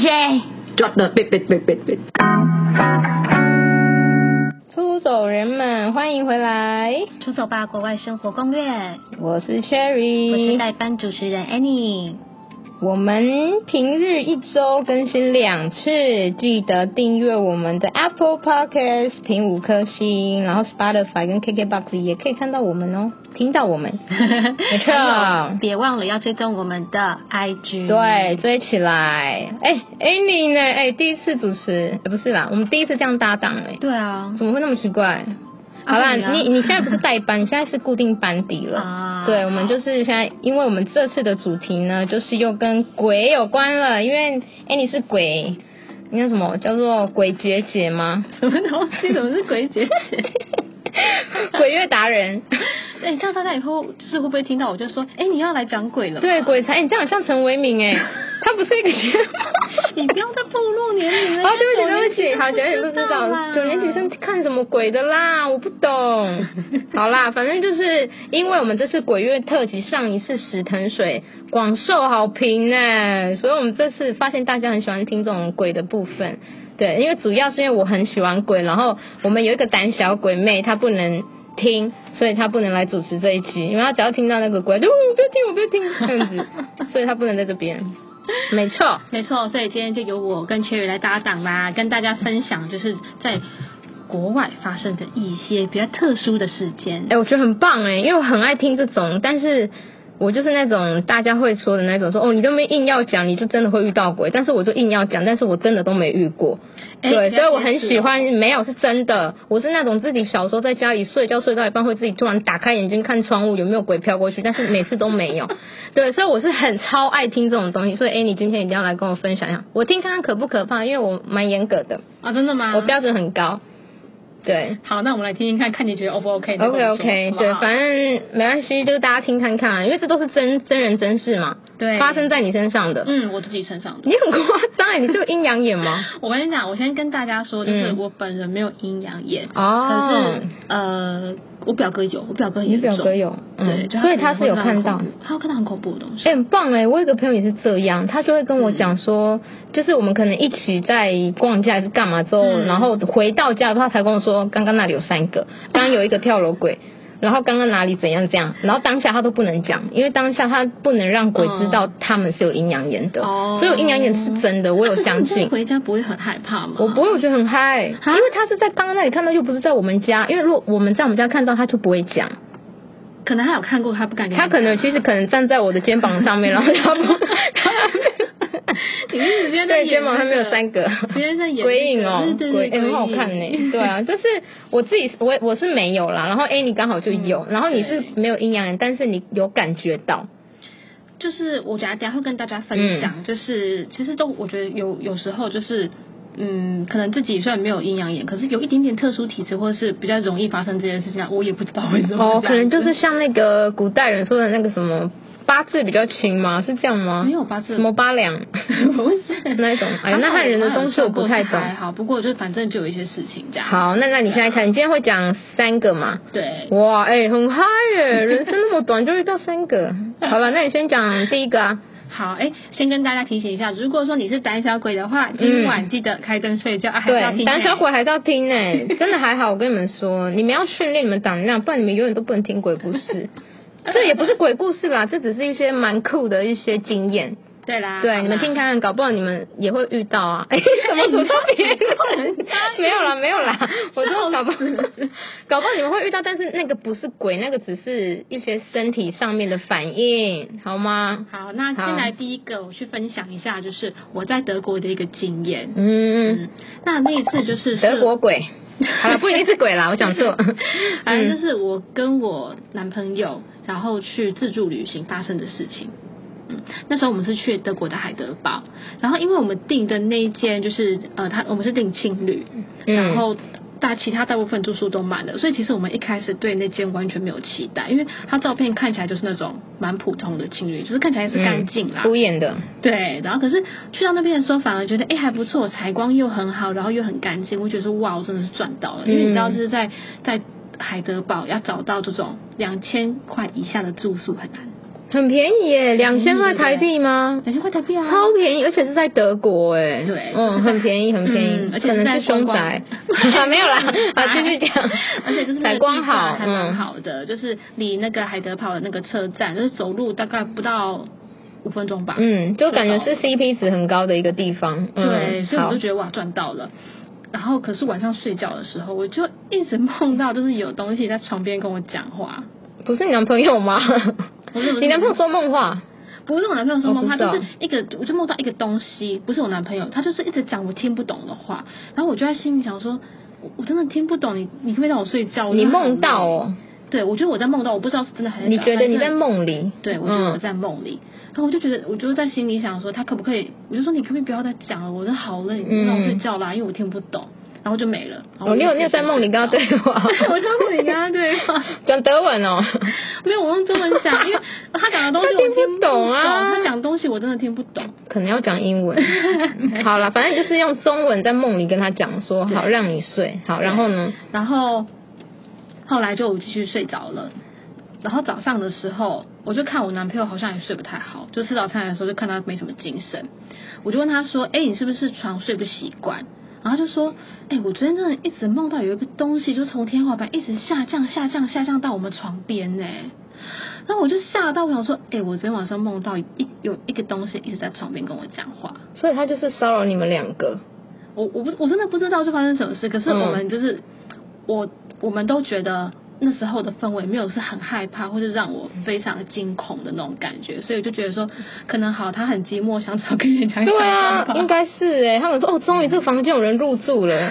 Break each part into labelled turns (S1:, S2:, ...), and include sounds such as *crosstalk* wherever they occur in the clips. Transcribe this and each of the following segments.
S1: 谁？
S2: 抓的别别别别别！
S3: 出走人们，欢迎回来，
S1: 出走吧，国外生活攻略。
S3: 我是
S1: 我是
S3: Sherry，
S1: 代班主持人 Annie。
S3: 我们平日一周更新两次，记得订阅我们的 Apple Podcast，评五颗星，然后 Spotify 跟 KKBox 也可以看到我们哦，听到我们，
S1: 没
S3: 错
S1: *laughs* 别忘了要追踪我们的 IG。
S3: 对，，追起来。哎、a n n i e 呢？哎、第一次主持，呃不是啦，我们第一次这样搭档哎、
S1: 对啊，
S3: 怎么会那么奇怪？好啦，
S1: 对啊
S3: 你你现在不是代班，你现在是固定班底了。
S1: 啊
S3: 对，我们就是现在，因为我们这次的主题呢，就是又跟鬼有关了，因为哎你是鬼，你叫什么叫做鬼节节
S1: *laughs*
S3: 吗？
S1: 什么东西？怎么是鬼姐姐？
S3: 鬼月达人，
S1: *laughs* 哎、这样大家以后就是会不会听到我就说，哎、你要来讲鬼了？，
S3: 对鬼才，哎你这样很像陈为民哎，他不是一个节目。
S1: *laughs*
S3: *laughs*
S1: 你不要再暴露年龄了。
S3: 哦，对不起，对
S1: 九年
S3: 不
S1: 级
S3: 起，好，九年级不知道
S1: 啦，
S3: 九年级生看什么鬼的啦，我不
S1: *laughs*
S3: 懂。好啦，反正就是因为我们这次鬼月特辑上一次石藤水广受好评呢，所以我们这次发现大家很喜欢听这种鬼的部分。对，因为主要是因为我很喜欢鬼，然后我们有一个胆小鬼妹，她不能。听，所以她不能来主持这一期，因为她只要听到那个鬼，就哦我不要听，我不要听这样
S1: *laughs*
S3: 子，所以她不能在这边。没错，
S1: 没错，所以今天就由我跟 Cherry 来搭档啦，跟大家分享就是在国外发生的一些比较特殊的事件
S3: 哎、。我觉得很棒哎，因为我很爱听这种，但是我就是那种大家会说的那种，说哦，你都没硬要讲，你就真的会遇到鬼。但是我就硬要讲，但是我真的都没遇过。
S1: 哎
S3: 对，
S1: 不
S3: 所以
S1: 要
S3: 我很
S1: 解释
S3: 喜
S1: 哦
S3: 欢，没有是真的。我是那种自己小时候在家里睡觉睡到一半，会自己突然打开眼睛看窗户有没有鬼飘过去，但是每次都没
S1: *laughs*
S3: 有。对，所以我是很超爱听这种东西。所以，哎、你今天一定要来跟我分享一下，我听看看可不可怕，因为我蛮严格的，
S1: 啊，真的吗？
S3: 我标准很高。对，
S1: 好，那我们来听听看看，你觉得 O 不 *laughs* OK？
S3: OK OK，对，
S1: 嗯
S3: 反正没关系，就是大家听看看啊，因为这都是真真人真事嘛，
S1: 对
S3: 发生在你身上的。
S1: 嗯，我自己身上的。
S3: 你很夸张欸，你是有阴阳眼
S1: *laughs*
S3: 吗？
S1: 嗯我跟你讲，我先跟大家说，就是
S3: 嗯
S1: 我本人没有阴阳眼，
S3: 哦
S1: 可是呃，我表哥有，我表哥
S3: 你
S1: 也
S3: 表哥有
S1: 对，
S3: 嗯
S1: 就
S3: 所以他是有
S1: 可能
S3: 看
S1: 会
S3: 到
S1: 很恐怖，他有看到很恐怖的东西
S3: 哎、。很棒哎！我有一个朋友也是这样，他就会跟
S1: 嗯
S3: 我讲说，就是我们可能一起在逛街还是干嘛之后，
S1: 嗯
S3: 然后回到家之后，他才跟我说，刚刚那里有三个，刚刚有一个跳楼鬼，然后刚刚哪里怎样怎样，然后当下他都不能讲，因为当下他不能让鬼知道他们是有阴阳眼的，
S1: 嗯哦啊
S3: 所以有阴阳眼是真的，我有相
S1: 可是你
S3: 信
S1: 这样。回家不会啊很害怕吗？
S3: 我不会，我觉得很嗨，因为他是在刚刚那里看到，又不是在我们家。因为如果我们在我们家看到，他就不会讲。
S1: 可能他有看过，他不敢给你
S3: 他可能
S1: 看
S3: 其实可能站在我的肩膀上面，
S1: *laughs*
S3: 然后他不，他
S1: 你是直接在
S3: 对
S1: 演
S3: 肩膀
S1: 那
S3: 上面有
S1: 个
S3: 三个
S1: 直接在演
S3: 鬼影哦
S1: 那个，对对
S3: 鬼
S1: 对
S3: 哎很好
S1: 鬼影
S3: 看呢。对啊，就是我自己我我是没有啦，然后 A 你刚好就有，然后你是
S1: 嗯对
S3: 没有阴阳眼，但是你有感觉到，
S1: 就是我等下等下会跟大家分
S3: 嗯
S1: 享，就是其实都我觉得有有时候就是。嗯，可能自己虽然没有阴阳眼，可是有一点点特殊体质，或者是比较容易发生这件事情，我也不知道为什么。
S3: 哦，可能就是像那个古代人说的那个什么八字比较轻吗？是这样吗？
S1: 没有八字
S3: 什么八
S1: *laughs*
S3: 两？
S1: 不是
S3: 那一种哎那汉人的东西我不太懂
S1: 还好，不过就反正就有一些事情这样。，
S3: 好，那那你现在看，你今天会讲三个嘛？
S1: 对，
S3: 哇，哎、很嗨耶！人生那么短，就遇到三
S1: *laughs*
S3: 个。好了，那你先讲第一个啊。
S1: 好，哎，先跟大家提醒一下，如果说你是胆小鬼的话，今晚记得开灯睡觉，啊、还是要
S3: 嗯对，
S1: 听
S3: 胆小鬼还是要听呢、欸真的还好。我跟你们说，你们要训练你们胆量，不然你们永远都不能听鬼故
S1: *laughs*
S3: 事。这也不是鬼故事啦，这只是一些蛮酷的一些经验。
S1: 对啦，
S3: 对，你们
S1: 好啦
S3: 听看看，搞不好你们也会遇到
S1: *laughs*
S3: 啊。哎、怎么诅咒别人？没有啦，没有啦，我说
S1: *laughs*
S3: 搞不好，搞不好你们会遇到，但是那个不是鬼，那个只是一些身体上面的反应，好吗？
S1: 好，那先来第一个，我去分享一下，就是我在德国的一个经验。
S3: 嗯，
S1: 嗯，那那一次就是是
S3: 德国，嗯鬼，好了，不一定是鬼 *laughs* 啦，我讲错。
S1: 反正就是我跟我男朋友，然后去自助旅行发生的事情。嗯，那时候我们是去德国的海德堡，然后因为我们订的那一间就是呃，他我们是订青旅，
S3: 嗯
S1: 然后大其他大部分住宿都满了，所以其实我们一开始对那间完全没有期待，因为它照片看起来就是那种蛮普通的青旅，就是看起来是干净啦，
S3: 敷衍的，
S1: 对，然后可是去到那边的时候，反而觉得哎还不错，采光又很好，然后又很干净，我觉得说哇，我真的是赚到了，因为你知道
S3: 嗯
S1: 就是在在海德堡要找到这种两千块以下的住宿很难。
S3: 很便宜耶，两千块台币吗？
S1: 两千块台币啊，
S3: 超便宜，而且是在德国哎，
S1: 对
S3: 嗯，很便宜，很便宜
S1: *laughs* 嗯，而且
S3: 可
S1: 是
S3: 能
S1: 在
S3: 是凶
S1: 观光
S3: 宅， *laughs* 没有
S1: *laughs*
S3: 啦，好继续讲，
S1: 而且就是那个
S3: 采
S1: 地
S3: 光
S1: 方
S3: 好，
S1: 还蛮
S3: 嗯，
S1: 好的，就是离那个海德堡的那个车站，就是走路大概不到五分钟吧。
S3: 嗯，就感觉
S1: 到
S3: 是 CP 值很高的一个地方，嗯
S1: 对，所以我
S3: 好
S1: 就觉得哇赚到了。然后可是晚上睡觉的时候，我就一直梦
S3: 嗯
S1: 到就是有东西在床边跟我讲话。
S3: 不是你男朋友吗？
S1: 不是不是
S3: 你男朋友说梦话，
S1: 不是我男朋友说
S3: 哦
S1: 梦
S3: 不
S1: 话，
S3: 是哦
S1: 就是一个，我就梦到一个东西，不是我男朋友，他就是一直讲我听不懂的话，然后我就在心里想说，我我真的听不懂你，你可不可以让我睡觉？我
S3: 你
S1: 真的很
S3: 梦到
S1: 累？
S3: 哦？
S1: 对，我觉得我在梦到，我不知道是真的还是
S3: 你
S1: 假
S3: 觉得
S1: 但
S3: 你
S1: 是
S3: 在梦里？嗯
S1: 对，我觉得我在梦里，然后我就觉得，我就在心里想说，他可不可以？我就说你可不可以不要再讲了，我真的好累，你
S3: 嗯
S1: 让我睡觉啦，因为我听不懂，然后就没了。然后
S3: 哦，你有你有
S1: 就睡
S3: 在
S1: 着
S3: 梦里跟他对话？
S1: *laughs* 对我在梦里跟他对话，
S3: *laughs* 讲德文哦。 *laughs*
S1: 没有，我用中文讲，因为他讲的东西
S3: 他听
S1: 我
S3: 不
S1: 不
S3: 懂啊
S1: 他讲的东西我真的听不懂。
S3: 可能要讲英
S1: *laughs*
S3: 文，好了，反正就是用中文在梦里跟他讲说，好让你睡，好，然后呢，
S1: 然后后来就继续睡着了。然后早上的时候，我就看我男朋友好像也睡不太好，就吃早餐的时候就看他没什么精神，我就问他说：“哎，你是不是床睡不习惯？”然后他就说：“哎，我昨天真的一直梦到有一个东西，就从天花板一直下降、下降、下降到我们床边呢。”然后我就吓到，我想说：“哎，我昨天晚上梦到一有一个东西一直在床边跟我讲话。”
S3: 所以他就是骚扰你们两个，
S1: 我我不我真的不知道是发生什么事，可是
S3: 嗯
S1: 我们就是、我我们都觉得那时候的氛围没有是很害怕，或是让我非常惊恐的那种感觉，所以我就觉得说，可能好他很寂寞，想找个人讲讲
S3: 对啊
S1: 话吧，
S3: 应该是哎，他们说哦，终于这个房间有人入住
S1: *laughs*
S3: 了，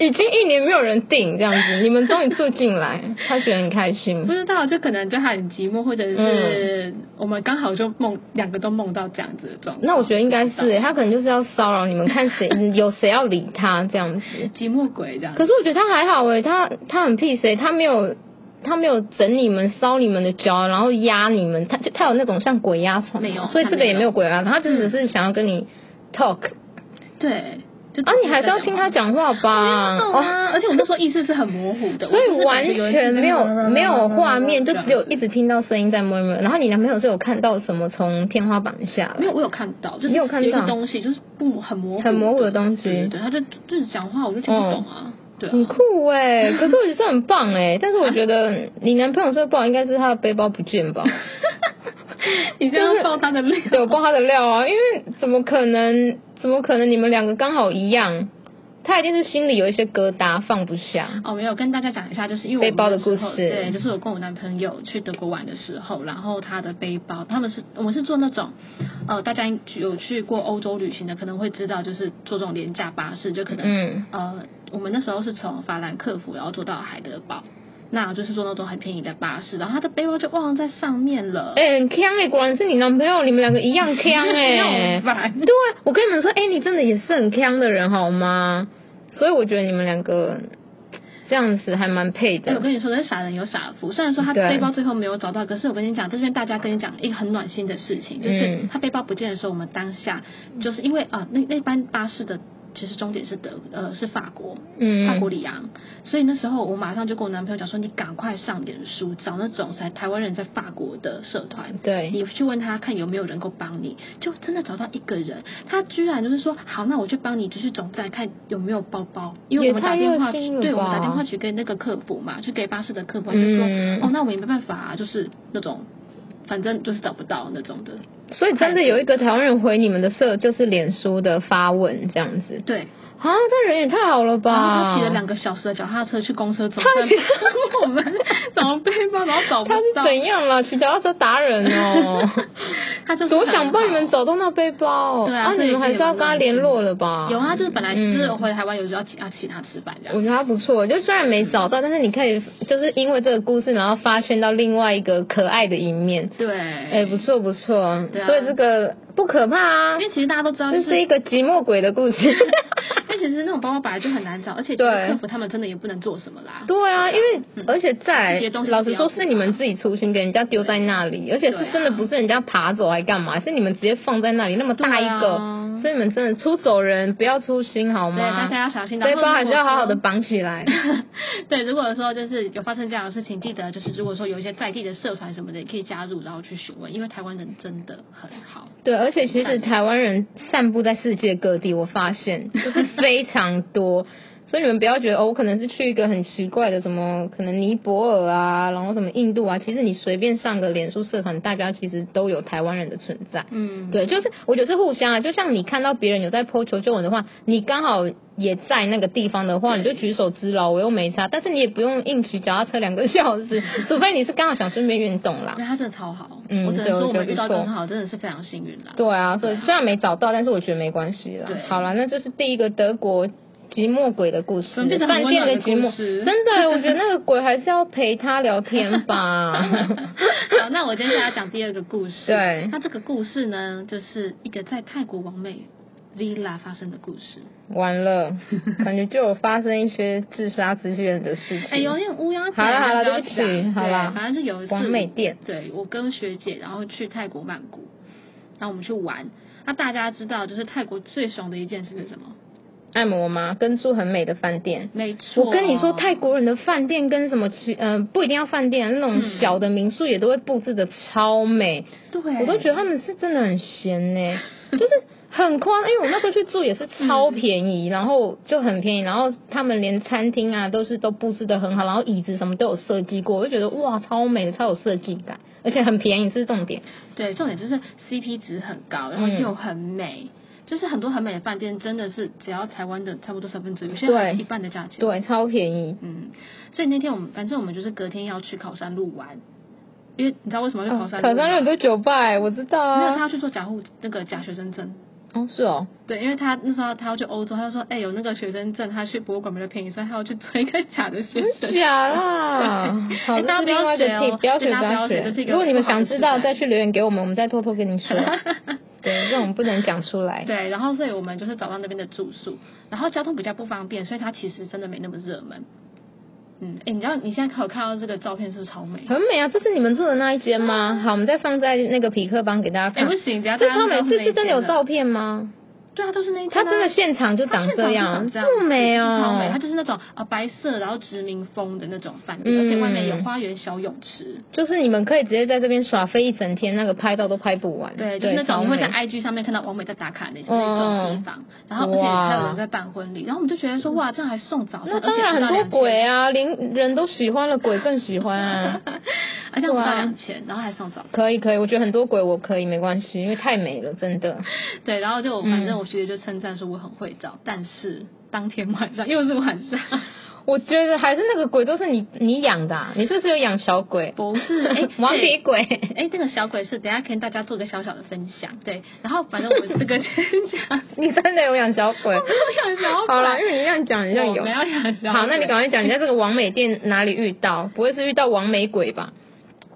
S3: 已经一年没有人订这样子，你们终于住进来，
S1: *laughs*
S3: 他觉得很开心
S1: 不，知道，就可能对他很寂寞，或者
S3: 嗯
S1: 是我们刚好就梦两个都梦到这样子的状况。
S3: 那我觉得应该是哎，他可能就是要骚扰你们，看谁有谁要理他这样子，
S1: 寂寞鬼这样
S3: 可
S1: 子，
S3: 是我觉得他还好哎，他他很 peace 哎，他没有他没有整你们、烧你们的脚，然后压你们，他就他有那种像鬼压床吗，
S1: 没有
S3: 所以这
S1: 他
S3: 个
S1: 没
S3: 也没有
S1: 有
S3: 鬼压床，他就只
S1: 嗯
S3: 是想要跟你 talk，、
S1: 对，就
S3: 啊，你还是要听他讲话吧，哦
S1: 懂啊，而且嗯我那时候意识是很模糊的，
S3: 所
S1: 我就
S3: 以
S1: 是感
S3: 完
S1: 觉有人
S3: 全
S1: 在
S3: 没有没有画面，就只有
S1: 这样子
S3: 一直听到声音在 murmur。然后你男朋友是有看到什么从天花板下
S1: 没
S3: 来？
S1: 有，我啊有看到，就是
S3: 你有看到
S1: 一个东西，就是不很模糊，
S3: 很模糊的东西哦
S1: 对对对，他就就是讲话，我就听不懂啊，对啊，
S3: 很酷哎、可是我觉得这很棒哎、但是我觉得你男朋友最不好应该是他的背包不见
S1: *laughs*
S3: 吧？
S1: 你这样爆他
S3: *laughs*
S1: 的泪， *laughs*
S3: 对，我爆他的料啊，因为怎么可能？怎么可能你们两个刚好一样？他一定是心里有一些疙瘩放不下。
S1: 哦，没有跟大家讲一下，就是因为我
S3: 背包的
S1: 那时候
S3: 故事
S1: 对，就是我跟我男朋友去德国玩的时候，然后他的背包，他们是我们是坐那种，呃，大家有去过欧洲旅行的可能会知道，就是坐这种廉价巴士，就可能、
S3: 嗯
S1: 呃，我们那时候是从法兰克福然后坐到海德堡，那就是坐那种很便宜的巴士，然后他的背包就忘了在上面了，
S3: 哎、很呛哎、果然是你男朋友，你们两个一样呛哎、
S1: 很烦
S3: 对，我跟你们说，哎、你真的也是很呛的人好吗？所以我觉得你们两个这样子还蛮配
S1: 哎、
S3: 的
S1: 我。跟你说，这傻人有傻福。虽然说他
S3: 对
S1: 背包最后没有找到，可是我跟你讲，这边大家跟你讲一个很暖心的事情，就是
S3: 嗯
S1: 他背包不见的时候，我们当下就是因为啊、那那班巴士的其实终点是德呃是法国，
S3: 嗯
S1: 法国里昂，所以那时候我马上就跟我男朋友讲说，你赶快上脸书找那种在台湾人在法国的社团，
S3: 对
S1: 你去问他看有没有人够帮你，就真的找到一个人，他居然就是说，好，那我去帮你，就是总站看有没有包包，因为
S3: 也
S1: 我们打
S3: 太
S1: 电话
S3: 热
S1: 去
S3: 心，了
S1: 对，我们打
S3: 吧
S1: 电话去给那个客服嘛，去给巴士的客服，他就说，
S3: 嗯
S1: 哦，那我也没办法、啊，就是那种，反正就是找不到那种的，
S3: 所以真的有一个台湾人回你们的社，就是脸书的发文这样子。
S1: 对，
S3: 啊，这人也太好了
S1: 然后
S3: 吧！
S1: 他骑了两个小时啊的脚踏车去公车总
S3: 他
S1: 站
S3: 骑
S1: 帮 *laughs* 我们找背包，然后找不
S3: 他是
S1: 到。，
S3: 怎样啊啦？骑脚踏车达人哦
S1: *laughs* 他就是
S3: 多
S1: 很
S3: 想帮你们
S1: 好
S3: 找到那背包。
S1: 对啊所以
S3: 你们还
S1: 可以
S3: 是要
S1: 有
S3: 跟他
S1: 认
S3: 联
S1: 识
S3: 络了吧？
S1: 有啊，就是本来就是
S3: 嗯
S1: 回台湾有时候要请要请他吃饭这
S3: 我
S1: 样。
S3: 觉得他不错，就虽然没找到，但是你可以就是因为这个故事，然后发现到另外一个可爱的一面。
S1: 对，
S3: 哎、不错不错，
S1: 对啊
S3: 所以这个不可怕啊
S1: 因，为其实大家都知道，就
S3: 这
S1: 是
S3: 是一个寂寞鬼的故
S1: *laughs*
S3: 事。
S1: 因为其实那种包包本来就很难找，而且其
S3: 对
S1: 实客服他们真的也不能做什么啦。
S3: 对啊，因为、
S1: 嗯
S3: 而且再
S1: 这些东西
S3: 老
S1: 不
S3: 实
S1: 要
S3: 说，
S1: 碰
S3: 是你们自己粗心给人家丢在那里，而且是
S1: 对啊
S3: 真的不是人家爬走还干嘛，是你们直接放在那里那么大一个，
S1: 对啊嗯，
S3: 所以你们真的出走人不要粗心好
S1: 对，
S3: 吗？
S1: 大家要小心。然
S3: 啊背
S1: 后
S3: 包还是要好好的
S1: 如果说
S3: 绑起来。
S1: *laughs* 对，如果说就是有发生这样的事情，记得就是如果说有一些在地的社团什么的，也可以加入，然后去询问，因为台湾人真的很好。
S3: 对，而且其实台湾人散布在世界各地，我发现就是非常多。所以你们不要觉得哦，我可能是去一个很奇怪的什么，可能尼泊尔啊，然后什么印度啊。其实你随便上个脸书社团，大家其实都有台湾人的存在。
S1: 嗯，
S3: 对，就是我觉得是互相啊，就像你看到别人有在 po 求救文的话，你刚好也在那个地方的话，你就举手之劳，我又没差，但是你也不用硬骑脚踏车两个小
S1: *laughs*
S3: 时，除非你是刚好想顺便运动啦
S1: 因。为他真的超好，
S3: 嗯
S1: 我只能
S3: 对
S1: 说
S3: 我
S1: 我
S3: 觉得
S1: 们遇到
S3: 不错
S1: 更好，真的是非常幸运啦。
S3: 对啊，所以
S1: 对啊
S3: 虽然没找到，但是我觉得没关系啦
S1: 对。
S3: 好啦，那这是第一个德国寂寞鬼的故事，
S1: 怎么变成嗯很
S3: 饭
S1: 温
S3: 店
S1: 暖的
S3: 寂寞
S1: 故，事
S3: 真的，我觉得那个鬼还是要陪他聊天吧。
S1: *laughs* 好，那我接下来讲第二个故事。
S3: 对
S1: 那这个故事呢，就是一个在泰国王美 villa 发生的故事。
S3: 完了，感觉就有发生一些自杀之间的事情。
S1: 哎，有点乌鸦嘴。
S3: 好了好了
S1: 不要
S3: 对不起
S1: 讲
S3: 好
S1: 对
S3: 了
S1: 反正是有一次
S3: 王美店，
S1: 对我跟学姐，然后去泰国曼谷，然后我们去玩。那大家知道，就是泰国最爽的一件事是什么？
S3: 按摩吗？跟住很美的饭店。
S1: 没错，啊
S3: 我跟你说，泰国人的饭店跟什么其，嗯、不一定要饭店，那种
S1: 嗯
S3: 小的民宿也都会布置的超美，
S1: 对，
S3: 我都觉得他们是真的很闲呢、 *laughs* 就是很夸。因为我那时候去住也是超便
S1: 嗯
S3: 宜，然后就很便宜，然后他们连餐厅啊都是都布置的很好，然后椅子什么都有设计过，我就觉得哇，超美的，超有设计感，而且很便宜是重点。
S1: 对，重点就是 CP 值很高，然后
S3: 嗯
S1: 又很美。就是很多很美的饭店，真的是只要台湾的差不多三分之一，有些
S3: 对
S1: 还一半的价钱。，
S3: 对，超便宜。
S1: 嗯，所以那天我们反正我们就是隔天要去考山路玩，因为你知道为什么要去考
S3: 哦
S1: 山路吗？
S3: 考山有很多酒吧、欸，我知道
S1: 没有他
S3: 啊。
S1: 要去做假护那个假学生证。
S3: 哦，是哦。
S1: 对，因为他那时候他要去欧洲，他就说，哎、有那个学生证，他去博物馆比较便宜，所以他要去做一个假的学
S3: *laughs*
S1: 生。
S3: 假啦
S1: 对，
S3: 好，
S1: 哎大
S3: 这是
S1: 家不
S3: 另
S1: 要
S3: 外一个
S1: 学哦
S3: tip，不要
S1: 对
S3: 学，
S1: 大家不要学
S3: 学
S1: 这是一。个
S3: 如果你们
S1: 不好的
S3: 想知道，
S1: 示范
S3: 再去留言给我们，我们再偷偷跟你
S1: *laughs*
S3: 说。对，这种不能讲出来。
S1: 对，然后所以我们就是找到那边的住宿，然后交通比较不方便，所以它其实真的没那么热门。嗯，哎，你知道你现在可有看到这个照片是不是超美？
S3: 很美啊，这是你们住的那一间吗？好，我们再放在那个匹克邦给大家
S1: 嗯哎，
S3: 看
S1: 不。行，等下
S3: 这
S1: 大
S3: 超美，
S1: 家都
S3: 这是
S1: 那
S3: 真的有
S1: 间
S3: 照，片吗？
S1: 对啊，都是那一间
S3: 它
S1: 啊
S3: 真的现场就长这样，
S1: 这
S3: 么美
S1: 超美，它
S3: 哦。
S1: 就是那种啊白色，然后殖民风的那种饭店，而且外面有
S3: 嗯
S1: 花园小泳池，
S3: 就是你们可以直接在这边耍飞一整天，那个拍到都拍不完。
S1: 对，就是那种你
S3: 超
S1: 会
S3: 美
S1: 在 IG 上面看到王美在打卡那种
S3: 嗯
S1: 那种地方，然后而且还有人在办婚礼，然后我们就觉得说哇，这样还送早
S3: 嗯
S1: 餐，
S3: 那当然
S1: 而且
S3: 很
S1: 不到
S3: 多
S1: 2000
S3: 鬼啊，连人都喜欢了，鬼更喜欢啊。
S1: *laughs* 而且我们
S3: 对
S1: 到
S3: 啊
S1: 两千，然后还送早餐。
S3: 可以可以，我觉得很多鬼我可以没关系，因为太美了，真的。
S1: 对，然后就我反正
S3: 嗯
S1: 我学姐就称赞说我很会找，但是当天晚上又是晚上， *laughs*
S3: 我觉得还是那个鬼都是你你养的、啊，你是不是有养小鬼？
S1: 不
S3: *laughs*
S1: 是 *laughs* 哎
S3: 王皮鬼。
S1: 哎，这个小鬼是等一下跟大家做个小小的分享。对，然后反正我这个先讲，
S3: *laughs* 你真的有养小鬼？
S1: 我没有养小鬼
S3: 好了，因为你这样讲，你像嗯有。
S1: 我没有养小鬼
S3: 好，那你赶快讲，你在这个王美店哪里遇到？不会是遇到王美鬼吧？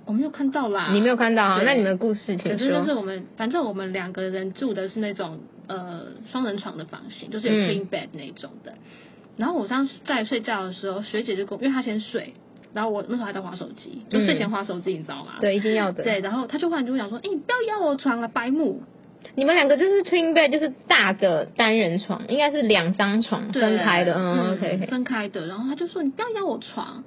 S1: 我没有看到啦，
S3: 你没有看到哈？
S1: 啊对
S3: 那你们的故事请
S1: 可是就是
S3: 说。
S1: 我们，反正我们两个人住的是那种呃双人床的房型，就是有
S3: 嗯
S1: queen bed 那种的。然后我上次在睡觉的时候，学姐就跟我，因为她先睡，然后我那时候还在划手机，就睡前划手机，你知道
S3: 嗯
S1: 吗？
S3: 对，一定要的。
S1: 对，，然后她就忽然就讲说：“哎、你不要压我床啊，白目。
S3: 你们两个就是 twin bed，就是大的单人床，应该是两张床”
S1: 对
S3: 哦分开的。嗯，OK OK。
S1: 分开的。然后她就说：“你不要压我床。”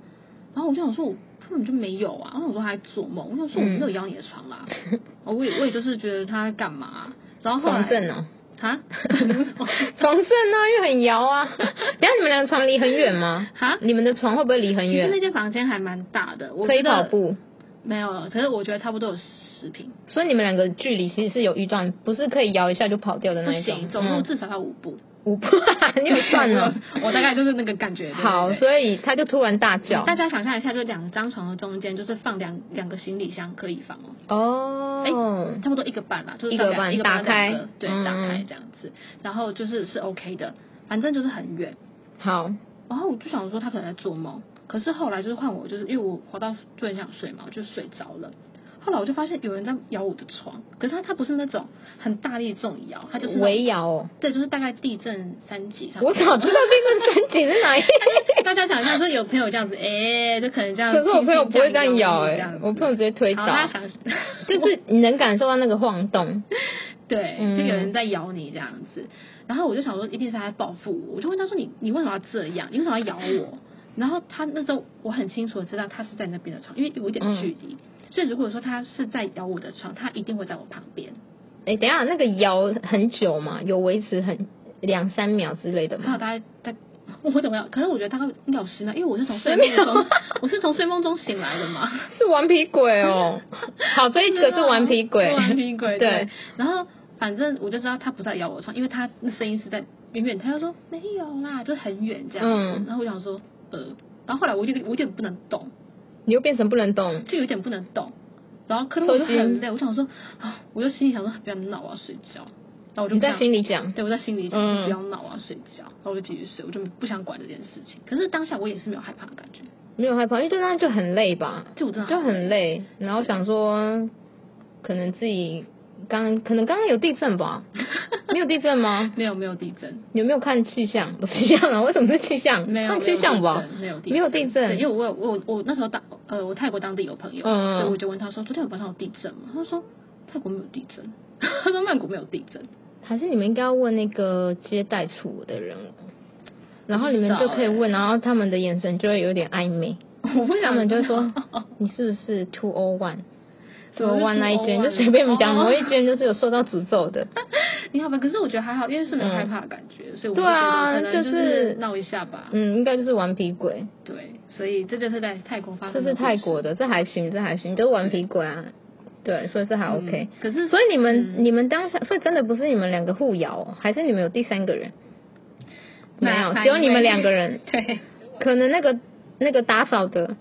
S1: 然后我就想说：“我根本就没有啊！”然后我说：“还做梦。”我想说：“我没有压你的床啦。
S3: 嗯
S1: 哦我也我也就是觉得她干嘛、然后后来
S3: 重症哦，
S1: *laughs* 啊，
S3: *laughs* 重症啊，因为很摇啊。等一下你们两个床离很远吗？
S1: 哈
S3: 你们的床会不会离很
S1: 其实那
S3: 远？
S1: 间房间还蛮大的，我
S3: 可以
S1: 觉得
S3: 跑步，
S1: 没有，可是我觉得差不多有十平，
S3: 所以你们两个距离其实是有一段，不是可以摇一下就跑掉的
S1: 不
S3: 那一种。
S1: 行，走路
S3: 嗯
S1: 至少要五步。
S3: *laughs* 五步， *laughs* 你有算
S1: *laughs*
S3: 哦。
S1: 我我大概就是那个感觉。对
S3: 好，
S1: 对对
S3: 所以他就突然大叫。
S1: 大家想象一下，就两张床的中间，就是放两两个行李箱，可以放哦，
S3: 哦，
S1: 差不多一个半啦，就是
S3: 一个
S1: 大概
S3: 半
S1: 一个
S3: 打开
S1: 两个对，
S3: 嗯
S1: 打开
S3: 嗯
S1: 这样子，然后就是是 OK 的，反正就是很远。
S3: 好，
S1: 然后我就想说他可能在做梦，可是后来就是换我，就是因为我滑到就很想睡嘛，我就睡着了。后来我就发现有人在摇我的床，可是他他不是那种很大力的重摇，他就是那种
S3: 围摇哦。
S1: 对，就是大概地震三级上。
S3: 我早知道地震三级是哪一
S1: *laughs* 大家想象说有朋友这样子，哎、就可能这样。
S3: 可是我朋友不会这样摇欸 *laughs*
S1: 哎、
S3: 哎、我朋友直接推倒
S1: 好，，大家想，
S3: 就是你能感受到那个晃动。
S1: 对，
S3: 嗯
S1: 就有人在咬你这样子。然后我就想说，一定是他在报复我。我就问他说你：“你为什么要这样？你为什么要咬我？”然后他那时候我很清楚的知道他是在那边的床，因为有一点距离，所以如果说他是在咬我的床，他一定会在我旁边。
S3: 哎、等一下那个摇很久嘛，有维持很两三秒之类的
S1: 还有
S3: 吗？
S1: 大概大概，我我怎么样？可是我觉得大概应该有十秒，因为我是从睡
S3: 10
S1: 梦中
S3: 秒，
S1: 我是从睡梦中醒来的嘛。
S3: 是顽皮鬼
S1: *laughs*
S3: 哦。好，这一个是顽皮鬼，
S1: 是顽皮鬼对。
S3: 对，
S1: 然后反正我就知道他不在咬我床，因为他那声音是在远远，他就说没有啦，就很远这样。
S3: 嗯
S1: 然后我想说，呃，然后后来我有点我有点不能动，
S3: 你又变成不能动。
S1: 就有点不能动。然后可能我就
S3: 抽筋
S1: 很累，我想说啊，我就心里想说不要闹啊，睡觉。然后我就
S3: 你
S1: 不
S3: 在
S1: 想
S3: 心里讲，
S1: 对，我在心里
S3: 嗯
S1: 就是不要闹啊，睡觉，然后我就继续睡，我就不想管这件事情。可是当下我也是没有害怕的感觉，
S3: 没有害怕，因为这张就很累吧，
S1: 就我真的
S3: 就很累。然后想说，可能自己刚可能刚刚有地震
S1: *laughs*
S3: 吧？没有地震吗？
S1: 没有没有地震，
S3: 你有没有看气象？不是气象啊，为什么是气象？
S1: 没有
S3: 看
S1: 没有
S3: 气
S1: 地
S3: 象吧
S1: 震，没有地
S3: 没有地
S1: 对
S3: 震
S1: 因为。我有我有我那时候当呃我泰国当地有朋友，
S3: 嗯
S1: 所以我就问他说昨天晚上有地震吗？他说泰国没有地震， *laughs* 他说曼谷没有地震， *laughs*
S3: 还是你们应该要问那个接待处的人哦，然后你们
S1: 我不知
S3: 就
S1: 道
S3: 可以
S1: 欸
S3: 问，然后他们的眼神就会有点暧昧，
S1: 我不
S3: 他
S1: 想
S3: 们就会
S1: 知 *laughs*
S3: 说
S1: 道
S3: 你是不是 two o one
S1: 什
S3: two
S1: 么
S3: o
S1: 是
S3: one 那一间，
S1: 201
S3: 就随便讲
S1: 哦
S3: 某一间就是有受到诅咒的。
S1: 你好吧，可是我觉得还好，因为是没有害怕的感觉，所以
S3: 嗯
S1: 我
S3: 对啊
S1: 就觉得可
S3: 就
S1: 能
S3: 是
S1: 是闹一下吧，
S3: 嗯，应该就是顽皮
S1: *laughs*
S3: 鬼，
S1: 对，所以这就是在泰国发
S3: 这
S1: 生的
S3: 是
S1: 故事，
S3: 泰国的，这还行，这还行，就是顽皮鬼啊。对，所以这还 OK。
S1: 嗯可是
S3: 所以你们、你们当下，所以真的不是你们两个互咬、哦，还是你们有第三个人？没
S1: 哪
S3: 有，
S1: 哪
S3: 只有
S1: 一
S3: 你们
S1: 位
S3: 两个人。
S1: 对。
S3: 可能那个那个打扫的，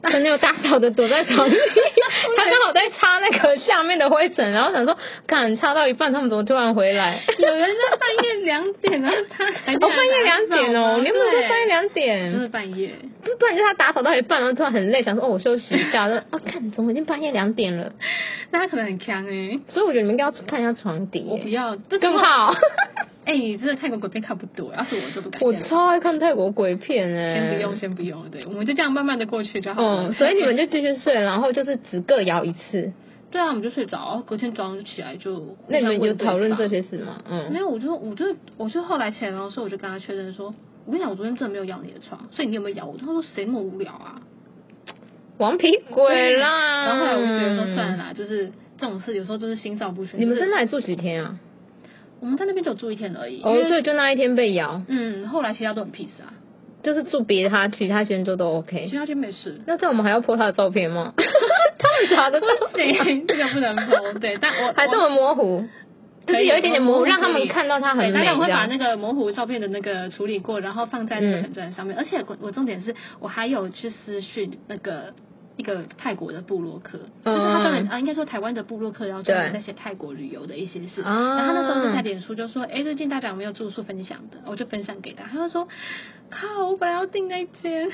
S3: 可能有打扫的躲在床里， *laughs* 他刚好在擦那个下面的灰尘，然后想说，看擦到一半，他们怎么突然回
S1: *laughs*
S3: 来？
S1: 有人在半夜两点，然后他还
S3: 哦，半夜两点哦，你们
S1: 不
S3: 说半夜两
S1: 真
S3: 点，
S1: 的半夜，
S3: 不不然就是他打扫到一半，然后突然很累，想说哦，我休息一
S1: *laughs*
S3: 下，说哦，看怎么已经半夜两点了，
S1: 那他可能很强哎，
S3: 所以我觉得你们应该要看一下床底
S1: 我不
S3: 耶，
S1: 要，这
S3: 更。好。
S1: *laughs* 哎，你真的泰国鬼片看不多，要是我就不敢看。
S3: 我超爱看泰国鬼片哎，
S1: 先不用，先不用，对，我们就这样慢慢的过去就好了。
S3: 哦，所以你们就继续睡，然后就是只各摇一次。
S1: 对啊，我们就睡着，隔天早上就起来就。
S3: 那你们有讨论这
S1: 些？
S3: 些事吗？
S1: 没
S3: 嗯，
S1: 有，我就我就我就后来起来的时候，我就跟他确认说，我跟你讲，我昨天真的没有咬你的床，所以你有没有咬我？他说谁那么无聊啊？
S3: 王皮鬼啦！
S1: 然后后来我就觉得说算了。啦，就是这种事有时候就是心照不宣。
S3: 你们
S1: 就是
S3: 在那里住几天啊？
S1: 我们在那边就住一天而已。
S3: 哦，
S1: 因为
S3: 所以就那一天被咬，
S1: 嗯，后来其他都很 peace 啊，
S3: 就是住别他，其他间就都
S1: 其
S3: OK。。
S1: 他就没事
S3: 那这样我们还要 po 他的照片
S1: *laughs*
S3: 吗？他们查得到吗
S1: 不行，这个不能剖。对，但
S3: *laughs*
S1: 我
S3: 还这么模糊，
S1: 我
S3: 就是有一点点模糊，让他
S1: 可
S3: 们
S1: 以
S3: 看到他很
S1: 对
S3: 美
S1: 大
S3: 这
S1: 家我会把
S3: 样。
S1: 那个模糊照片的那个处理过，然后放在那个
S3: 嗯
S1: 粉钻上面。而且我我重点是我还有去私讯那个。一个泰国的部落客，就是他专门
S3: 嗯
S1: 啊，应该说台湾的部落客，然后专
S3: 对
S1: 门在写泰国旅游的一些事。
S3: 啊
S1: 然后他那时候就在脸书就说：“哎，最近大家有没有住宿分享的？”我就分享给他，他就说：“靠，我本来要订那间。”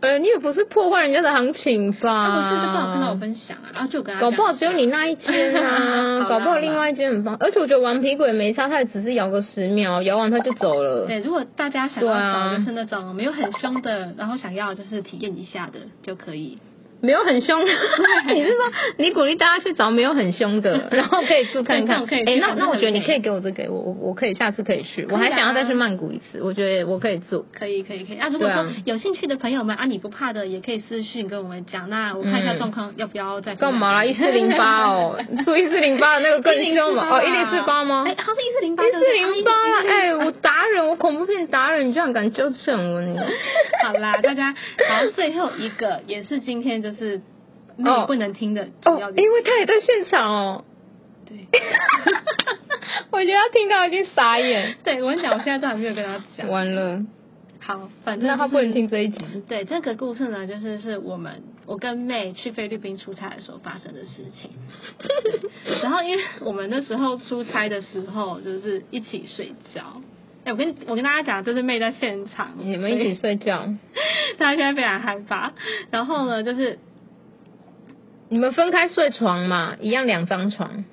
S3: 呃，你也不是破坏人家的行情吧？
S1: 他啊不是就刚好看到我分享啊，然后就跟他
S3: 搞
S1: 讲
S3: 不好只有你那一间啊，
S1: *laughs* 好啦
S3: 搞不好另外一间很棒。而且我觉得顽皮鬼没差，他也只是摇个十秒，摇完他就走了。
S1: 对，如果大家想要
S3: 对啊
S1: 找就是那种没有很凶的，然后想要就是体验一下的就可以。
S3: 没有很凶，你是
S1: *laughs*
S3: 说你鼓励大家去找没有很凶的，然后可以住看看？哎、
S1: 对这种可以去
S3: 那
S1: 看看
S3: 那我觉得你可以给我这个，我我我可以下次可以去，
S1: 可以啊
S3: 我还想要再去曼谷一次，我觉得我可以住。
S1: 可以，可以，可以。那、如果
S3: 对啊
S1: 说有兴趣的朋友们啊，你不怕的也可以私讯跟我们讲，那我看一下
S3: 嗯
S1: 状况、要不要再分享
S3: 干嘛啦？一四零八
S1: *laughs*
S3: 哦，住一四零八的那个更凶嘛？哦，一零四八吗？
S1: 哎，他是一四零八，
S3: 一四零八，哎，我
S1: *laughs* 我。
S3: 达人，我恐怖片达人，你居然敢纠正我
S1: *laughs*
S3: 你？
S1: 好啦，大家，然后最后一个也是今天就是你
S3: 哦
S1: 不能听的主要
S3: 哦，
S1: 理由
S3: 因为他也在现场
S1: *laughs*
S3: 哦， *laughs*
S1: 对。
S3: 我觉得他听到已经傻
S1: *laughs*
S3: 眼，
S1: 对，我跟你讲，我现在都还没有跟他讲。
S3: 完了，
S1: 好，反正、
S3: 那他不能。听这一集。
S1: 对，这个故事呢，就是是我们我跟妹去菲律宾出差的时候发生的事情。
S3: *laughs*
S1: 对然后，因为我们那时候出差的时候，就是一起睡觉。哎，我跟我跟大家讲，就是妹在现场，
S3: 你们一起睡觉，
S1: 所以， *laughs* 大家现在非常害怕。然后呢，就是
S3: 你们分开睡床嘛，一样两张床。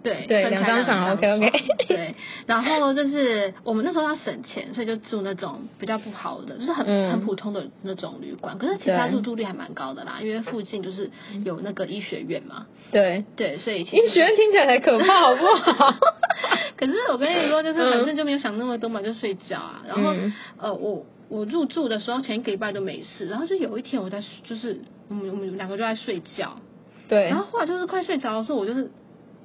S1: 对
S3: 对
S1: 分开
S3: 两张床
S1: 两
S3: OK，OK
S1: 对，然后就是我们那时候要省钱，所以就住那种比较不好的，就是很、
S3: 嗯
S1: 很普通的那种旅馆。可是其实它
S3: 对
S1: 入住率还蛮高的啦，因为附近就是有那个医学院嘛，
S3: 对，
S1: 对，所以其实
S3: 医学院听起来才可怕，好不好？
S1: *laughs* 可是我跟你说，就是
S3: 嗯
S1: 反正就没有想那么多嘛，就睡觉啊。然后、
S3: 嗯
S1: 呃，我我入住的时候前一个礼拜都没事，然后就有一天我在就是我们我们两个就在睡觉，
S3: *laughs* 对
S1: 然，后后来就是快睡着的时候，我就是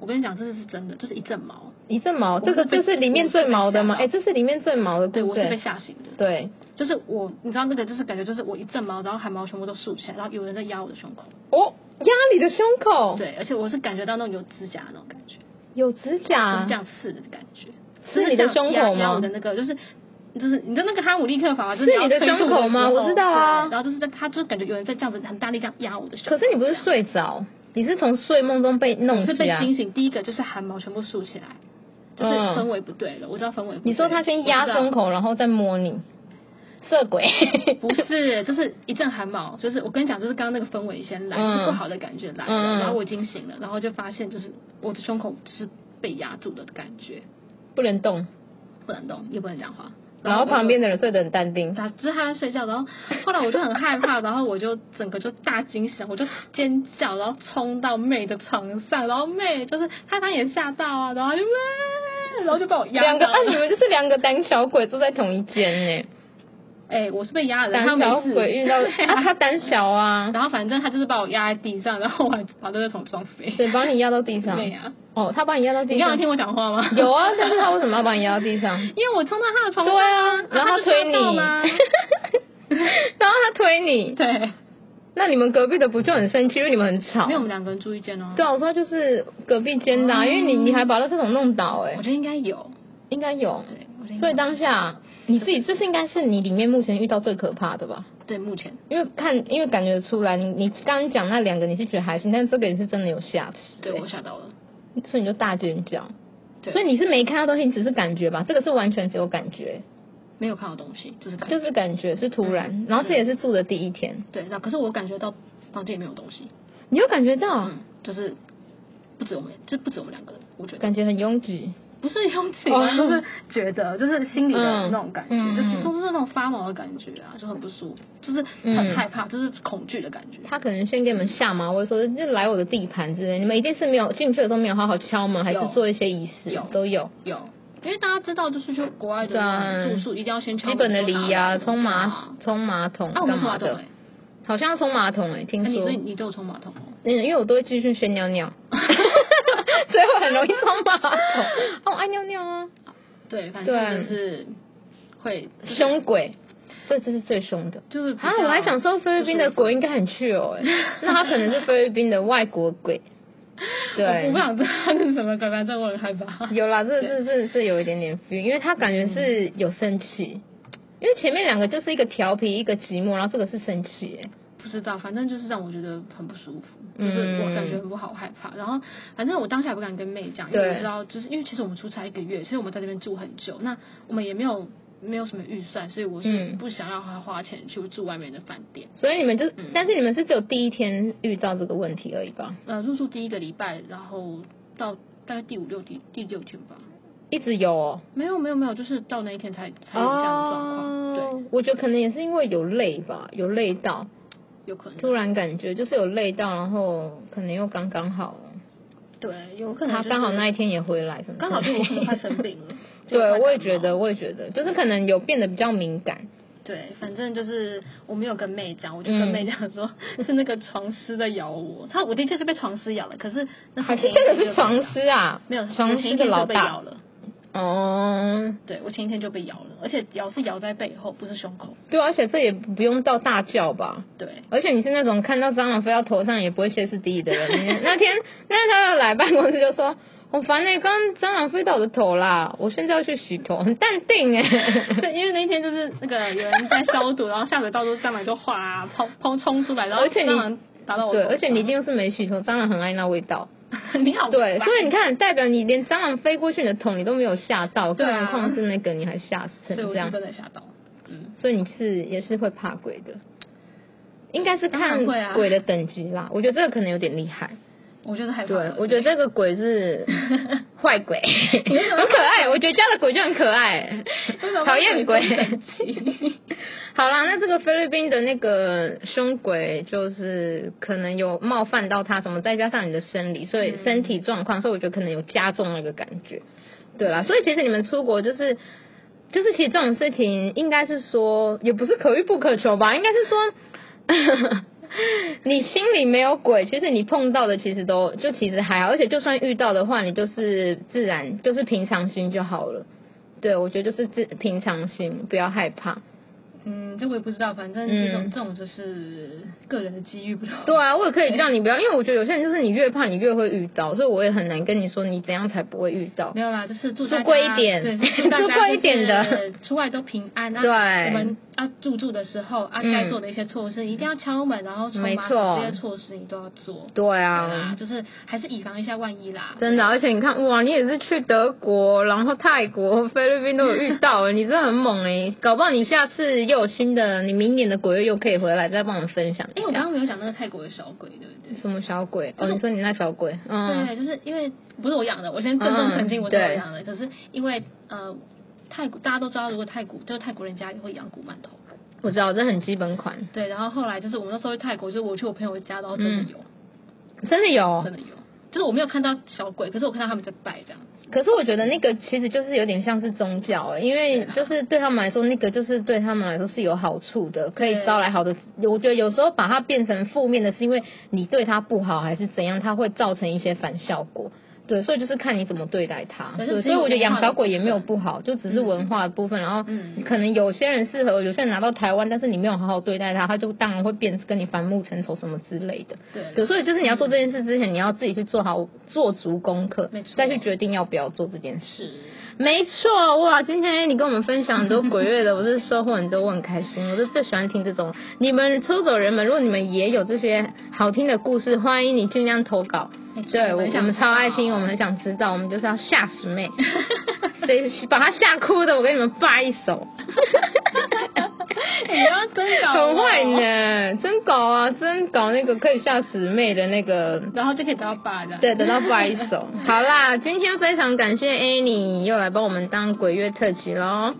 S1: 我跟你讲，这个是真的，就是一阵毛，
S3: 一阵毛，
S1: 我
S3: 这个
S1: 是被
S3: 这是里面最毛的吗？
S1: 我
S3: 哎，
S1: 是被吓到
S3: 这是里面最毛的，
S1: 对
S3: 不
S1: 我是被吓醒的。
S3: 对，
S1: 就是我，你知道那个就是感觉就是我一阵毛，然后汗毛全部都竖起来，然后有人在压我的胸口，
S3: 哦，压你的胸口，
S1: 对，而且我是感觉到那种有指甲的那种感觉，
S3: 有指
S1: 就是
S3: 甲
S1: 这，样刺的感觉，
S3: 是啊你的
S1: 就是这样
S3: 胸口
S1: 压压
S3: 吗
S1: 我的那个就是。就是你知道那个哈姆立克法吗？啊就是
S3: 是你的
S1: 要推住
S3: 胸口吗
S1: 我的时候
S3: 我知道啊
S1: 对然后就是在他就是感觉有人在这样子很大力这样压我的胸口。
S3: 可是你不是睡着，你是从睡梦中被弄
S1: 我是
S3: 起啊
S1: 被
S3: 来
S1: 惊。醒，第一个就是汗毛全部竖起来，就是
S3: 嗯
S1: 氛围不对了。我知道氛围不对。
S3: 你说他先压
S1: 我知道
S3: 胸口，然后再摸你，色鬼，
S1: 不是，就是一阵汗毛，就是我跟你讲，就是刚刚那个氛围先来，
S3: 嗯
S1: 就是不好的感觉来了，
S3: 嗯
S1: 然后我已经醒了，然后就发现就是我的胸口就是被压住的感觉，
S3: *laughs* 不能动。
S1: 不能动，也不能讲话。
S3: 然后旁边
S1: 的
S3: 的人睡得很淡定，
S1: 他就是他在睡觉，然后后来我就很害怕，然后我就整个就大惊醒，我就尖叫，然后冲到妹的床上，然后妹就是她她也吓到啊，然后就哇然后就把我压
S3: 两个
S1: 到
S3: 啊，
S1: 了
S3: 你们就是两个胆小鬼住在同一间
S1: 哎、我是被压
S3: 呢，
S1: 的，她
S3: 胆
S1: 没
S3: 小
S1: 事
S3: 鬼遇
S1: *laughs*
S3: 到啊，他胆小啊，
S1: 然后反正他就是把我压在地上，然后我还把垃圾桶撞飞。
S3: 对，把你压到地上，
S1: 对呀、
S3: 哦，他把你压到地
S1: 啊你刚
S3: 上
S1: 刚，听我讲话吗？
S3: 有啊，但是他为什么要把你压到地上？
S1: 因为我冲到他的床上，
S3: 对啊，然后
S1: 他
S3: 他
S1: 就
S3: 推你，
S1: 吓到啦
S3: *laughs* 然后他推你，
S1: 对，
S3: 那你们隔壁的不就很生气，因为你们很吵
S1: 因为。我们两个人住一间哦。
S3: 对啊，我说他就是隔壁间的啊，
S1: 哦
S3: 因为你你还把垃圾桶弄倒，哎
S1: 我，觉得应该有，
S3: 应该有。
S1: 对，我觉得应该有
S3: 所以当下你自己，这是应该是你里面目前遇到最可怕的吧？
S1: 对目前
S3: 因为看，因为感觉出来，你你刚刚讲那两个你是觉得还行，但是这个你是真的有吓死，
S1: 对我吓到了，
S3: 所以你就大尖叫。
S1: 对
S3: 所以你是没看到东西，你只是感觉吧？这个是完全只有感觉，
S1: 没有看到东西，就是感觉嗯
S3: 就是感觉是突然，然后这也是住的第一天，
S1: 对，那可是我感觉到房间里面有东西，
S3: 你有感觉到，
S1: 嗯，就是不止我们，就不止我们两个人，我觉得
S3: 感觉很拥挤，
S1: 不是拥挤
S3: 哦
S1: 啊，就是觉得就是心里的
S3: 嗯
S1: 那种感觉，
S3: 嗯
S1: 就是
S3: 嗯
S1: 就是那种发毛的感觉啊，就很不舒服，就是
S3: 嗯
S1: 很害怕，就是恐惧的感觉。
S3: 他可能先给你们下马威，说就来我的地盘之类，你们一定是没有进去的时候没有好好敲门，还是
S1: 有
S3: 做一些仪式
S1: 有，
S3: 都有
S1: 有，因为大家知道，就是去国外的
S3: 对啊
S1: 那种住宿一定要先敲
S3: 基本的
S1: 门说
S3: 礼
S1: 打
S3: 呀、
S1: 扰
S3: 冲马
S1: 啊
S3: 冲马桶
S1: 啊，我
S3: 干
S1: 们冲
S3: 嘛
S1: 马桶
S3: 的
S1: 哎，，
S3: 好像冲马桶哎、听
S1: 那你
S3: 说
S1: 那，你都有冲马桶哦？
S3: 嗯，因为我都会继续先尿 *laughs* 尿，所以我很容易冲马桶，哦，爱尿尿啊，
S1: 对，反
S3: 对
S1: 正就是会
S3: 凶鬼，这这是最凶的。
S1: 就是比
S3: 啊，
S1: 较
S3: 我还想说菲律宾的鬼应该很去哦，哎那他可能是菲律宾的外国
S1: *laughs*
S3: 鬼。对
S1: 我不，想知道是什么鬼，反正我很害怕。
S3: 有啦，这这这这有一点点 feel，因为他感觉
S1: 嗯
S3: 是有生气，因为前面两个就是一个调皮，一个寂寞，然后这个是生气，哎，
S1: 不知道，反正就是让我觉得很不舒服，就是我感觉很不好，害怕。然后反正我当下也不敢跟妹讲，因为我
S3: 嗯对
S1: 知道，就是因为其实我们出差一个月，其实我们在这边住很久，那我们也没有没有什么预算，所以我是
S3: 嗯
S1: 不想要花花钱去住外面的饭店。
S3: 所以你们就
S1: 嗯，
S3: 但是你们是只有第一天遇到这个问题而已吧？
S1: 呃，入住第一个礼拜，然后到大概第五六第第六天吧。
S3: 一直有哦。
S1: 没有没有没有，就是到那一天才才有这样的状况，对，
S3: 对，我觉得可能也是因为有累吧，有累到，
S1: 有可能，
S3: 突然感觉就是有累到，然后可能又刚刚好。
S1: 对，有可能、
S3: 他啊刚好那一天也回来，什么，
S1: 刚好就我可能快生病了
S3: *laughs*
S1: 就
S3: 对，
S1: 快感
S3: 我也
S1: 冒
S3: 觉得，我也觉得，就是可能有变得比较敏感。
S1: 对，反正就是我没有跟妹讲，我就跟
S3: 嗯
S1: 妹讲说、是那个床虱在咬我，他我的确是被床虱咬了，可是那
S3: 还是
S1: 前一
S3: 这
S1: 天
S3: 个
S1: 就是被
S3: 床
S1: 咬
S3: 虱啊？
S1: 没有
S3: 床
S1: 我前
S3: 虱
S1: 一
S3: 的
S1: 天
S3: 老
S1: 就被咬
S3: 大。
S1: 了，
S3: 哦，
S1: 对我前一天就被咬了，而且咬是咬在背后，不是胸口，
S3: 对，啊而且这也不用到大叫吧。
S1: 对， *laughs*
S3: 而且你是那种看到蟑螂飞到头上也不会歇斯底里的人。你 *laughs* 那天，那天他要来办公室就说：“我烦嘞，刚刚蟑螂飞到我的头啦，我现在要去洗头。” *laughs* 很淡定哎。
S1: 对，因为那天就是那个有人在消毒，然后下水道都蟑螂就哗啊砰砰冲出来，然后
S3: 而且你
S1: 蟑螂打到我头
S3: 对，
S1: 上，
S3: 而且你一定是没洗头，蟑螂很爱那味道。
S1: *laughs* 你好烦，
S3: 对，所以你看，代表你连蟑螂飞过去你的桶你都没有吓到，
S1: 对
S3: 更
S1: 啊
S3: 何况是那个你还吓死成
S1: 所以我
S3: 这
S1: 是
S3: 样
S1: 真。的吓到，嗯，
S3: 所以你是也是会怕鬼的，应该是
S1: 当
S3: 看
S1: 然会啊
S3: 鬼的等级啦。我觉得这个可能有点厉害，
S1: 我觉得害怕
S3: 对
S1: 了。，
S3: 我觉得这个鬼
S1: *laughs*
S3: 是坏鬼，
S1: 为什么
S3: 很可爱。我觉得家的鬼就很可爱
S1: 为什么，
S3: 讨厌鬼
S1: 会有这么神奇。
S3: 好啦，那这个菲律宾的那个凶鬼，就是可能有冒犯到他什么，再加上你的生理，所以
S1: 嗯
S3: 身体状况，所以我觉得可能有加重那个感觉。对啦，所以其实你们出国就是。就是其实这种事情应该是说，也不是可遇不可求吧，应该是说， *laughs* 你心里没有鬼，其实你碰到的其实都就其实还好，而且就算遇到的话，你就是自然就是平常心就好了。对，我觉得就是自平常心，不要害怕。
S1: 嗯，这我也不知道，反正这种、
S3: 嗯
S1: 这种就是个人的机遇不同。
S3: 对啊，我也可以让你不要，因为我觉得有些人就是你越怕你越会遇到，所以我也很难跟你说你怎样才不会遇到啊
S1: 没。有啦，就是祝大家
S3: 出贵一点
S1: 对，祝大
S3: 出
S1: 家
S3: 贵
S1: 就
S3: 一点的
S1: 是出外都平安。啊
S3: 对
S1: 我们要入住的时候啊，
S3: 嗯
S1: 该做的一些措施一定要敲门，然后冲
S3: 没
S1: 马
S3: 错
S1: 桶这些措施你都要做。
S3: 对
S1: 啊
S3: 啊，，
S1: 就是还是以防一下万一啦。
S3: 真的，而且你看哇，你也是去德国，然后泰国、菲律宾都有遇到，你真的很猛哎、搞不好你下次又有新的，你明年的鬼月又可以回来再帮我们分享一
S1: 哎，
S3: 下。
S1: 我刚刚没有讲那个泰国的小鬼，对不对？
S3: 什么小鬼？哦，你说你那小鬼，嗯，
S1: 对，就是因为不是我养的，我先郑重澄清，
S3: 嗯
S1: 我是我养的。可是因为呃，泰国大家都知道，如果泰国就是泰国人家里会养古曼童，
S3: 我知道，这很基本款，
S1: 对。然后后来就是我们那时候去泰国，就是我去我朋友家，然后
S3: 嗯
S1: 真的有，
S3: 真的有
S1: 真。的有，就是我没有看到小鬼，可是我看到他们在拜这样。
S3: 可是我觉得那个其实就是有点像是宗教、欸，因为
S1: 啊
S3: 就是对他们来说，那个就是对他们来说是有好处的，可以招来好的。我觉得有时候把它变成负面的，是因为你对它不好还是怎样，它会造成一些反效果。对，所以就是看你怎么对待它。
S1: 可是
S3: 对，
S1: 只
S3: 所
S1: 有
S3: 以我觉得
S1: 文化
S3: 养小
S1: 的
S3: 鬼
S1: 部
S3: 也没有
S1: 分
S3: 不好，就只是文化的部分。然后
S1: 嗯
S3: 可能有些人适合，有些人拿到台湾，但是你没有好好对待它，它就当然会变跟你反目成仇什么之类的。
S1: 对啦
S3: 对，所以就是你要做这件事之前，你要自己去做好做足功课
S1: 没错，
S3: 再去决定要不要做这件事。
S1: 是，
S3: 没错，哇！今天你跟我们分享很多鬼月的，我是收获很多，我很开心。我是最喜欢听这种你们出走人们，如果你们也有这些好听的故事，欢迎你尽量投稿。
S1: 没错
S3: 对，
S1: 我
S3: 我
S1: 们
S3: 我
S1: 想
S3: 们超爱
S1: 知
S3: 听，
S1: 道啊
S3: 我
S1: *laughs*
S3: 们很想知道，我们就是要吓死妹，谁把她吓哭的，我给你们发一首。
S1: *laughs* 哎你要真
S3: *laughs*
S1: 搞哦
S3: 很坏
S1: 我，
S3: 呢，真搞啊，真搞那个可以吓死妹的那个
S1: *laughs* 然后就可以得到爸的。
S3: 对，等到拜一
S1: *laughs*
S3: 首。好啦，今天非常感谢 Annie 又来帮我们当鬼月特辑喽。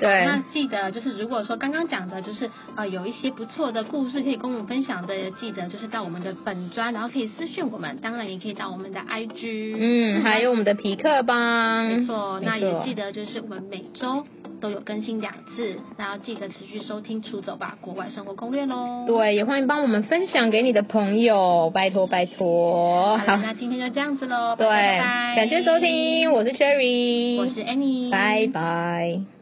S3: 对，
S1: 那记得就是，如果说刚刚讲的，就是呃有一些不错的故事可以跟我们分享的，也记得就是到我们的本专，然后可以私讯我们，当然也可以到我们的 IG，
S3: 嗯，还有我们的皮克帮，
S1: 没错，
S3: 嗯
S1: 那
S3: 没
S1: 也
S3: 错
S1: 记得就是我们每周都有更新两次，然后记得持续收听《出走吧国外生活攻略》喽。，
S3: 对，也欢迎帮我们分享给你的朋友，拜托拜托。
S1: 好
S3: 好
S1: 了，，那今天就这样子喽，
S3: 哦对，
S1: 拜拜，
S3: 感谢收，听，我是 Cherry，
S1: 我是 Annie，
S3: 拜。拜。